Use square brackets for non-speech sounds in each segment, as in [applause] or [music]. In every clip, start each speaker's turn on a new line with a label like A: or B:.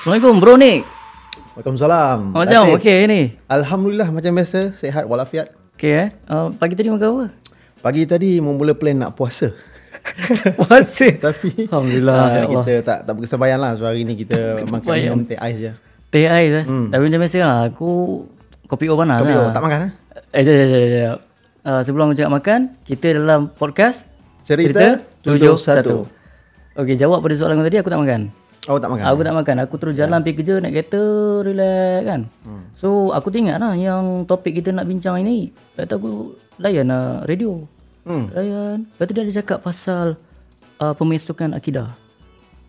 A: Assalamualaikum bro Nick.
B: Waalaikumsalam.
A: Macam
B: Latif.
A: okey ni.
B: Alhamdulillah macam biasa, sihat walafiat.
A: Okey eh. Uh, pagi tadi makan apa?
B: Pagi tadi mula plan nak puasa. [laughs]
A: Puasa.
B: Tapi
A: Alhamdulillah
B: ah,
A: ya Allah.
B: kita tak tak berkesabaran lah so hari ni
A: [laughs]
B: kita makan
A: Kesabaran.
B: minum teh ais je.
A: Teh ais eh. Hmm. Tapi macam biasa lah aku kopi O panas
B: Tapi
A: lah.
B: oh, tak makan eh?
A: Eh jap jap jap, jap. Uh, sebelum aku cakap makan, kita dalam podcast
B: Cerita 71.
A: Okey, jawab pada soalan aku tadi aku tak makan.
B: Oh tak makan.
A: Aku tak makan. Aku terus jalan
B: Ah.
A: pergi kerja naik kereta, relax kan.
B: Hmm.
A: So, aku teringat lah yang topik kita nak bincang ini. Lepas tu aku layan lah radio.
B: Hmm.
A: Layan. Lepas tu dia ada cakap pasal uh, pemisukan akidah.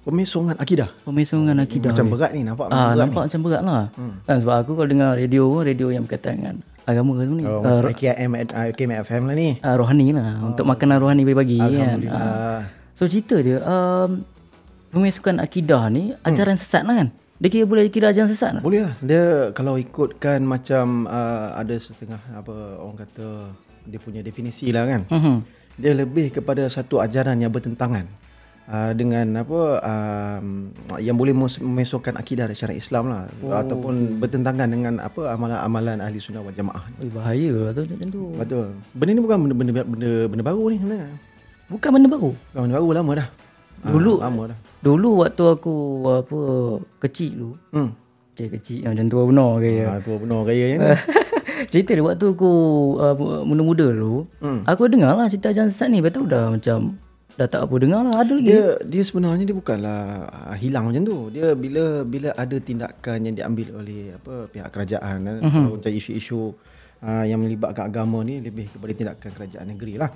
B: Pemisungan akidah.
A: Pemisungan akidah.
B: Macam berat ni
A: Ah,
B: nampak Hmm. berat ni.
A: nampak macam berat lah. Hmm. Kan, sebab aku kalau dengar radio pun, radio yang berkaitan dengan agama tu ni.
B: Oh,
A: Oh.
B: macam KIM ah, KMFM lah ni.
A: Uh, rohani lah. Untuk makanan rohani pagi-pagi kan. Ah.
B: Ah,
A: So cerita dia, um, pemisukan akidah ni
B: Hmm.
A: ajaran sesat lah kan. Dia kira boleh kira ajaran sesat lah.
B: boleh lah. Dia kalau ikutkan macam ah, ada setengah apa orang kata dia punya definisi lah kan.
A: Mm-hmm.
B: dia lebih kepada satu ajaran yang bertentangan uh, dengan apa um, yang boleh mus- memesokkan akidah dan syarat Islam lah oh. ataupun bertentangan dengan apa amalan-amalan ahli sunnah wal jamaah.
A: Ui, bahaya lah tu macam tu.
B: Betul. Benda ni bukan benda benda benda, benda baru ni sebenarnya.
A: Bukan benda baru.
B: Bukan benda baru lama dah. Ah,
A: Dulu-
B: lama dah.
A: Dulu waktu aku apa kecil dulu.
B: Hmm.
A: Cik kecil yang macam tua benar ke ya. [laughs]
B: Yeah. Ha, tu benar raya ni.
A: Cerita dia waktu aku uh, muda-muda dulu, hmm. aku dengar lah cerita ajaran sesat ni. Lepas tu dah macam dah tak apa dengar lah. Ada lagi. Yeah.
B: Dia dia sebenarnya dia bukanlah ah, hilang macam tu. Dia bila bila ada tindakan yang diambil oleh apa pihak kerajaan eh, kalau macam isu-isu ah, yang melibatkan agama ni lebih kepada tindakan kerajaan negeri lah.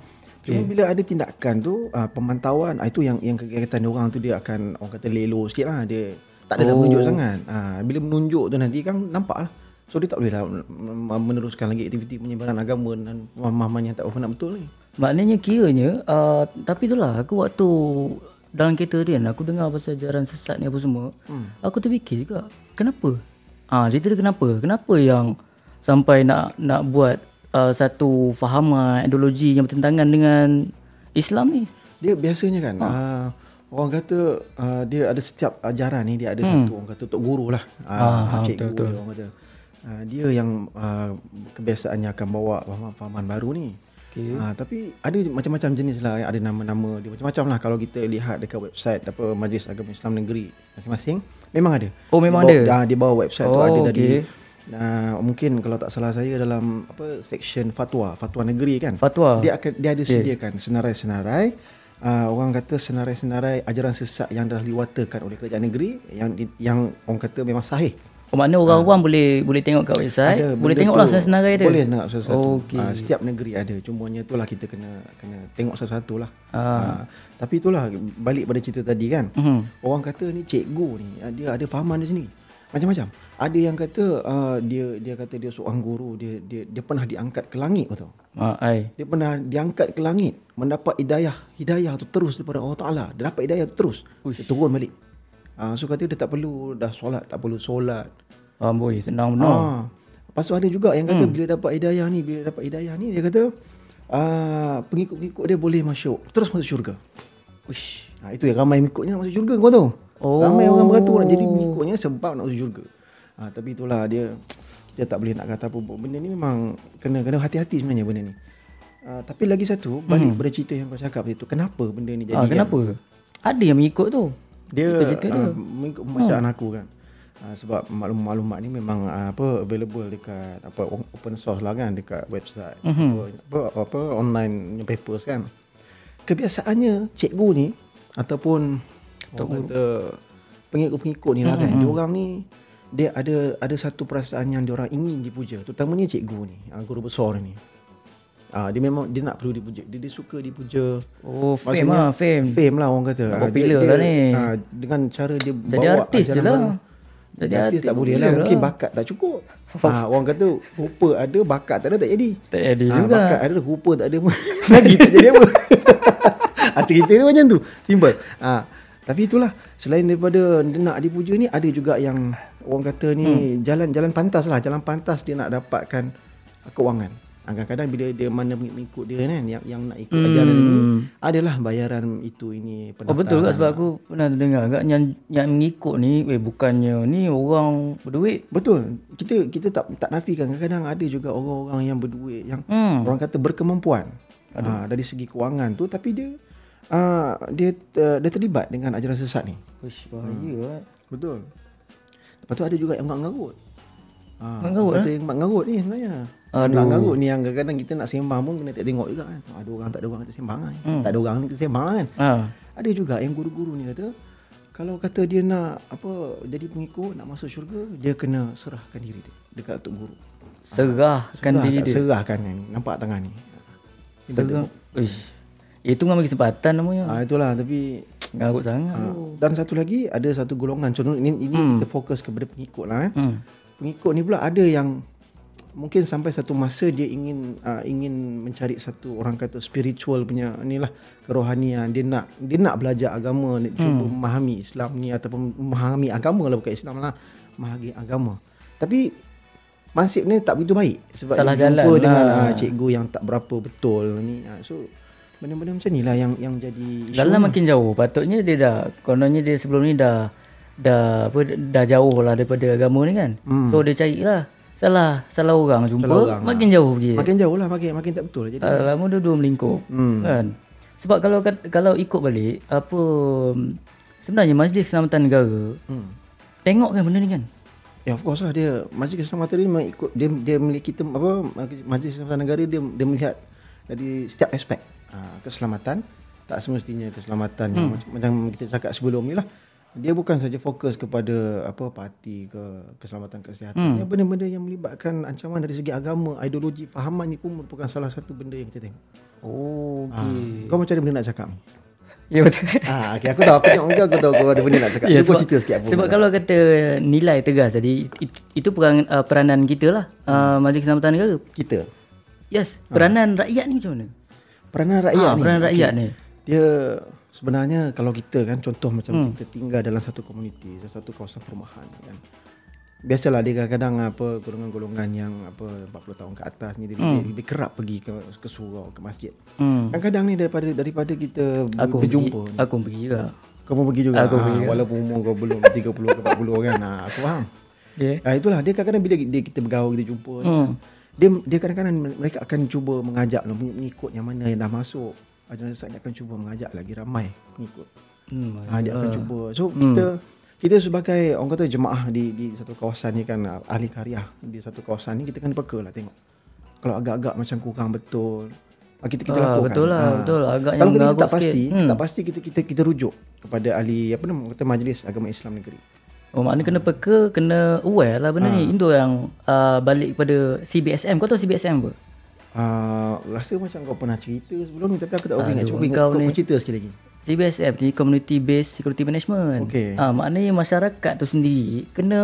B: Cuma bila ada tindakan tu ah, pemantauan ah, itu yang yang kegiatan dia orang tu dia akan orang kata lelo sikit lah dia tak ada oh. menunjuk sangat. Ah, bila menunjuk tu nanti kan nampak lah. So dia tak boleh lah mm, meneruskan lagi aktiviti penyebaran agama dan pemahaman yang tak berapa nak betul ni.
A: Maknanya kiranya, uh, tapi itulah aku waktu dalam kereta dia aku dengar pasal ajaran sesat ni apa semua. Hmm. Aku terfikir juga, kenapa? Ah, ha, cerita dia kenapa? Kenapa yang sampai nak nak buat uh, satu fahaman ideologi yang bertentangan dengan Islam ni?
B: Dia biasanya kan uh, orang kata uh, dia ada setiap ajaran ni dia ada hmm. satu orang kata tok guru lah. Uh, ah, cikgu betul, orang kata. Uh, dia yang uh, kebiasaannya akan bawa fahaman-fahaman baru ni. Okay. Ha, tapi ada macam-macam jenis lah ada nama-nama dia macam-macam lah kalau kita lihat dekat website apa Majlis Agama Islam Negeri masing-masing memang ada.
A: Oh, memang
B: dia bawa, ada. dia bawa website tu
A: Oh,
B: ada dari
A: okey.
B: uh, mungkin kalau tak salah saya dalam apa section fatwa, fatwa negeri kan
A: Fatwa.
B: dia akan dia ada sediakan senarai-senarai uh, orang kata senarai-senarai ajaran sesat yang dah diwatakan oleh kerajaan negeri yang di- yang orang kata memang sahih.
A: Oh, maknanya orang awam boleh boleh tengok kat website, ada, boleh
B: Ah. benda
A: tengok
B: tu.
A: lah senarai dia.
B: Boleh nak satu-satu.
A: Okey.
B: Okay. Uh, setiap negeri ada. Cumanya itulah kita kena kena tengok satu-satu lah. Uh, tapi itulah balik pada cerita tadi kan.
A: Ah. Mhm.
B: Orang kata ni cikgu ni ah, dia ada fahaman dia sendiri. Macam-macam. Ada yang kata uh, dia dia kata dia seorang guru, dia dia dia pernah diangkat ke langit kau tahu.
A: Ha, ai.
B: Dia pernah diangkat ke langit Mendapat hidayah Hidayah tu terus daripada Allah Ta'ala Dia dapat hidayah tu terus Uish. Dia turun balik ha, So kata dia tak perlu Dah solat Tak perlu solat
A: Amboi, senang
B: no.
A: benar.
B: ha. Lepas tu ada juga yang kata hmm. Bila dapat hidayah ni Bila dapat hidayah ni Dia kata uh, Pengikut-pengikut dia boleh masuk Terus masuk syurga
A: Ush.
B: ha, Itu yang ramai mengikutnya nak masuk syurga kau tahu
A: Oh.
B: Ramai orang beratur nak jadi mengikutnya Sebab nak masuk syurga ha, Tapi itulah dia Kita tak boleh nak kata apa Benda ni memang Kena kena hati-hati sebenarnya benda ni Uh, tapi lagi satu balik hmm. pada cerita yang kau cakap itu kenapa benda ni
A: Ah,
B: jadi kan?
A: kenapa? Ada yang mengikut tu.
B: dia uh, mengikut
A: Oh.
B: pembacaan aku kan uh, sebab maklumat-maklumat ni memang uh, apa available dekat apa o- open source lah kan dekat website
A: Mhm.
B: mm-hmm. apa, apa apa online papers kan kebiasaannya cikgu ni ataupun orang kata pengikut-pengikut ni lah
A: Mhm,
B: kan mm-hmm. diorang ni dia ada ada satu perasaan yang diorang ingin dipuja terutamanya cikgu ni uh, guru besar ni Ah, dia memang dia nak perlu dipuja. Dia, dia suka dipuja.
A: Oh, fame
B: Maksudnya,
A: lah, fame.
B: Fame lah orang kata. Ah,
A: popular lah ni.
B: ah, dengan cara dia Jadi
A: artis je lah. Jadi
B: Jadi artis,
A: artis
B: tak boleh lah.
A: popular
B: Mungkin
A: lah.
B: bakat tak cukup. Ah, orang kata rupa ada, bakat tak ada tak jadi.
A: Tak jadi
B: Ah,
A: Eh, juga.
B: Bakat ada, rupa tak ada. pun. [laughs] Lagi tak jadi
A: [laughs]
B: apa. ah, cerita dia macam tu. Simple. Ah, tapi itulah selain daripada dia nak dipuja ni ada juga yang
A: Hmm.
B: orang kata ni jalan-jalan pantas lah. Jalan pantas dia nak dapatkan kewangan. Ah, Kadang-kadang bila dia mana mengikut dia kan yang yang nak ikut ajaran ini adalah bayaran itu ini
A: Hmm. Oh betul tak sebab aku pernah dengar agak yang yang mengikut ni eh bukannya ni orang berduit.
B: Betul. Kita kita tak tak nafikan kadang-kadang ada juga orang-orang yang berduit yang hmm. orang kata berkemampuan. Ha, dari segi kewangan tu tapi dia uh, dia uh, dia terlibat dengan ajaran sesat ni.
A: Wish
B: Hmm.
A: bahaya.
B: Betul. Lepas tu ada juga yang mak ngarut. Ha,
A: Mak ngarut,
B: Kata yang mak ngarut ni sebenarnya. Aduh. Mak ngarut ni yang kadang-kadang kita nak sembang pun kena tengok juga kan. Ada orang tak ada orang kita sembang kan. Hmm. Tak ada orang ni kita sembang kan.
A: Ha. Ah.
B: Ada juga yang guru-guru ni kata kalau kata dia nak apa jadi pengikut nak masuk syurga dia kena serahkan diri dia dekat tok guru.
A: Serahkan
B: Serah-
A: diri dia.
B: Serahkan kan. Nampak tangan ni. Ni dah
A: Serah. Uish. Itu memang bagi kesempatan namanya.
B: Ah itulah tapi ah,
A: Ngarut sangat. Ha.
B: dan satu lagi ada satu golongan contoh ini, ini kita fokus kepada pengikut lah eh.
A: Hmm.
B: Pengikut ni pula ada yang mungkin sampai satu masa dia ingin uh, ingin mencari satu orang kata spiritual punya inilah kerohanian dia nak dia nak belajar agama dia cuba
A: Hmm.
B: memahami Islam ni ataupun memahami agama lah bukan Islam lah memahami agama tapi Mansip ni tak begitu baik sebab
A: Salah
B: dia jumpa
A: jalan lah.
B: dengan ah, cikgu yang tak berapa betul ni Ah, so benda-benda macam ni lah yang yang jadi isu
A: Dalam makin jauh patutnya dia dah kononnya dia sebelum ni dah dah apa dah jauh lah daripada agama ni kan. Hmm. So dia carilah salah salah orang jumpa salah orang
B: ah.
A: makin jauh pergi.
B: Makin jauh lah makin, makin tak betul jadi.
A: Ah, Lama dua-dua melingkup hmm. kan. Sebab kalau kat- kalau ikut balik apa sebenarnya Majlis Keselamatan Negara hmm. tengok kan benda ni kan.
B: Ya of course lah dia Majlis Keselamatan dia mengikut dia dia memiliki tem, apa Majlis Keselamatan Negara dia dia melihat dari setiap aspek ha, keselamatan tak semestinya keselamatan
A: Hmm.
B: yang macam, macam kita cakap sebelum ni lah dia bukan saja fokus kepada apa parti ke keselamatan kesihatan hmm. benda-benda yang melibatkan ancaman dari segi agama ideologi fahaman ni pun merupakan salah satu benda yang kita tengok.
A: Oh
B: Ha,
A: okey.
B: kau macam ada benda nak cakap? ni?
A: Ya
B: [laughs]
A: betul.
B: Ah, okay, aku tahu aku tengok muka aku tahu kau ada benda nak cakap.
A: Ya,
B: Yeah, kau cerita sikit apa.
A: sebab
B: benda.
A: kalau kata nilai tegas tadi itu, itu peran, uh, peranan kita lah
B: Hmm.
A: uh, Majlis Keselamatan Negara.
B: kita
A: Yes, peranan rakyat ni macam mana?
B: peranan Ah. rakyat
A: Ah,
B: ni.
A: peranan rakyat ni.
B: Dia sebenarnya kalau kita kan contoh macam hmm. kita tinggal dalam satu komuniti, dalam satu kawasan perumahan kan. Biasalah dia kadang-kadang apa golongan-golongan yang apa 40 tahun ke atas ni dia lebih, lebih kerap pergi ke ke surau, ke masjid.
A: Hmm.
B: Kadang-kadang ni daripada daripada kita ber-
A: Aku
B: berjumpa
A: pergi, aku pergi juga.
B: kau pun pergi juga.
A: Aku
B: ha,
A: pergi.
B: Walaupun umur kau belum 30 ke 40 kan. Ha, aku faham.
A: Ya.
B: Ha, itulah dia kadang-kadang bila dia kita bergaul kita jumpa hmm. dia dia kadang-kadang mereka akan cuba mengajak lah, mengikut yang mana yang dah masuk. Ajaran sesat dia akan cuba mengajak lagi ramai mengikut.
A: Hmm.
B: Ha, dia akan cuba. So kita kita sebagai orang kata jemaah di di satu kawasan ni kan ah, ahli karya di satu kawasan ni kita kan peka lah tengok. Kalau agak-agak macam kurang betul ah, kita kita
A: Ah,
B: lakukan.
A: betul lah, betul. Agaknya
B: Kalau kita, kita
A: mengarut
B: tak pasti,
A: sikit.
B: hmm. tak pasti kita kita kita rujuk kepada ahli apa nama kata majlis agama Islam negeri.
A: Oh maknanya kena peka, kena aware lah benda
B: Ah.
A: ni. Indo yang uh, balik kepada CBSM. Kau tahu CBSM apa?
B: Ah, rasa macam kau pernah cerita sebelum ni tapi aku tak berapa ingat. Cuba ingat
A: engkau
B: kau,
A: ni.
B: kau cerita sekali lagi.
A: CBSM ni Community Based Security Management.
B: Okey.
A: Ah maknanya masyarakat tu sendiri kena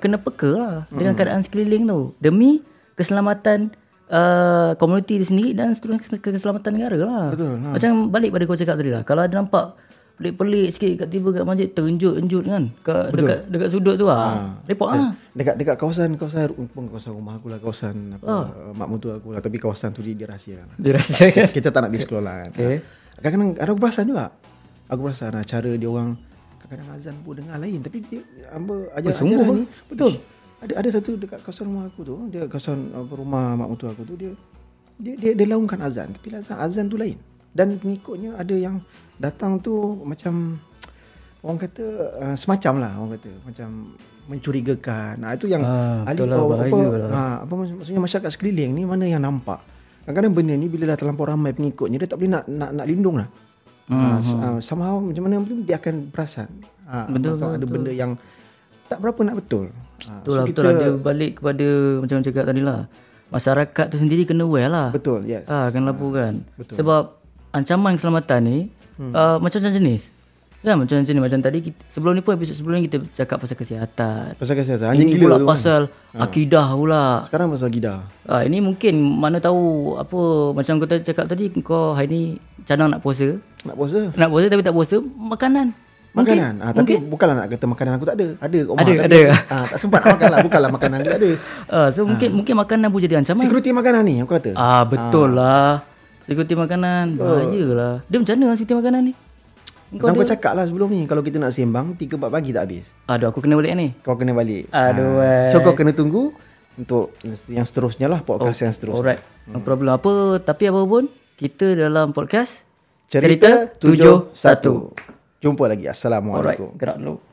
A: kena peka lah dengan
B: Mm.
A: keadaan sekeliling tu demi keselamatan uh, komuniti dia sendiri dan seterusnya kes- keselamatan negara lah.
B: Betul, ha.
A: Macam balik pada kau cakap tadi lah. Kalau ada nampak pelik-pelik sikit kat tiba kat masjid terenjut-enjut kan kat, dekat dekat sudut tu ah. Ha.
B: Ya.
A: Repot ah.
B: Dekat dekat kawasan kawasan bukan kawasan rumah aku lah kawasan apa ah. mak mertua aku lah tapi kawasan tu dia, dia rahsia lah.
A: Dia [laughs] rasa kan.
B: kita tak nak disclose lah kan.
A: Okey.
B: Ha. Kadang-kadang ada aku perasan juga. Aku perasan lah cara dia orang kadang-kadang azan pun dengar lain tapi dia apa ajaran,
A: sungguh,
B: ajaran ni betul. Ada ada satu dekat kawasan rumah aku tu, dia kawasan apa, rumah mak mertua aku tu dia dia dia, dia laungkan azan tapi azan azan tu lain. Dan pengikutnya ada yang datang tu macam orang kata uh, semacam lah orang kata macam mencurigakan. Nah itu yang
A: Ah,
B: ahli
A: betul lah,
B: bahawa apa,
A: bahaya lah.
B: Ha, apa mak- maksudnya masyarakat sekeliling ni mana yang nampak? Kadang-kadang benda ni bila dah terlampau ramai pengikutnya dia tak boleh nak nak, nak lindung lah. Hmm. Ha, somehow macam mana pun dia akan perasan. Ha, betul, betul, ada benda yang tak berapa nak betul. Ha,
A: Betul lah, betul lah. Dia balik kepada macam yang cakap tadi lah. Masyarakat tu sendiri kena aware lah.
B: betul, yes.
A: Ah, kena laporkan. Betul. Sebab ancaman keselamatan ni hmm. uh, macam-macam jenis. Kan macam jenis macam tadi kita, sebelum ni pun episod sebelum ni kita cakap pasal kesihatan.
B: Pasal kesihatan hanya
A: Ini
B: gila
A: pula
B: tu. Kan?
A: pasal akidah pula.
B: Sekarang pasal gida.
A: Ah, ini mungkin mana tahu apa macam kau cakap tadi kau hari ni cadang nak puasa.
B: Nak puasa.
A: Nak puasa tapi tak puasa makanan.
B: Makanan. Ah, tapi bukanlah nak kata makanan aku tak ada. Ada kat rumah.
A: Ada,
B: tapi,
A: ada.
B: Ah, tak sempat nak makan lah. Bukanlah makanan aku tak ada.
A: Uh, so mungkin
B: Ah.
A: mungkin makanan pun jadi ancaman.
B: Security makanan ni aku kata.
A: Ah betul lah. Security makanan bahayalah. Dia macam mana security makanan ni?
B: Kau Kenapa cakap lah sebelum ni Kalau kita nak sembang 3-4 pagi tak habis
A: Aduh aku kena balik ni.
B: Kau kena balik
A: Aduh, eh.
B: ha. So kau kena tunggu Untuk yang seterusnya lah Podcast oh, yang seterusnya
A: Alright. No problem. Apa tapi apa pun kita dalam podcast
B: Cerita, Cerita 71
A: 71.
B: Jumpa lagi
A: Alright.
B: Assalamualaikum
A: Gerak dulu.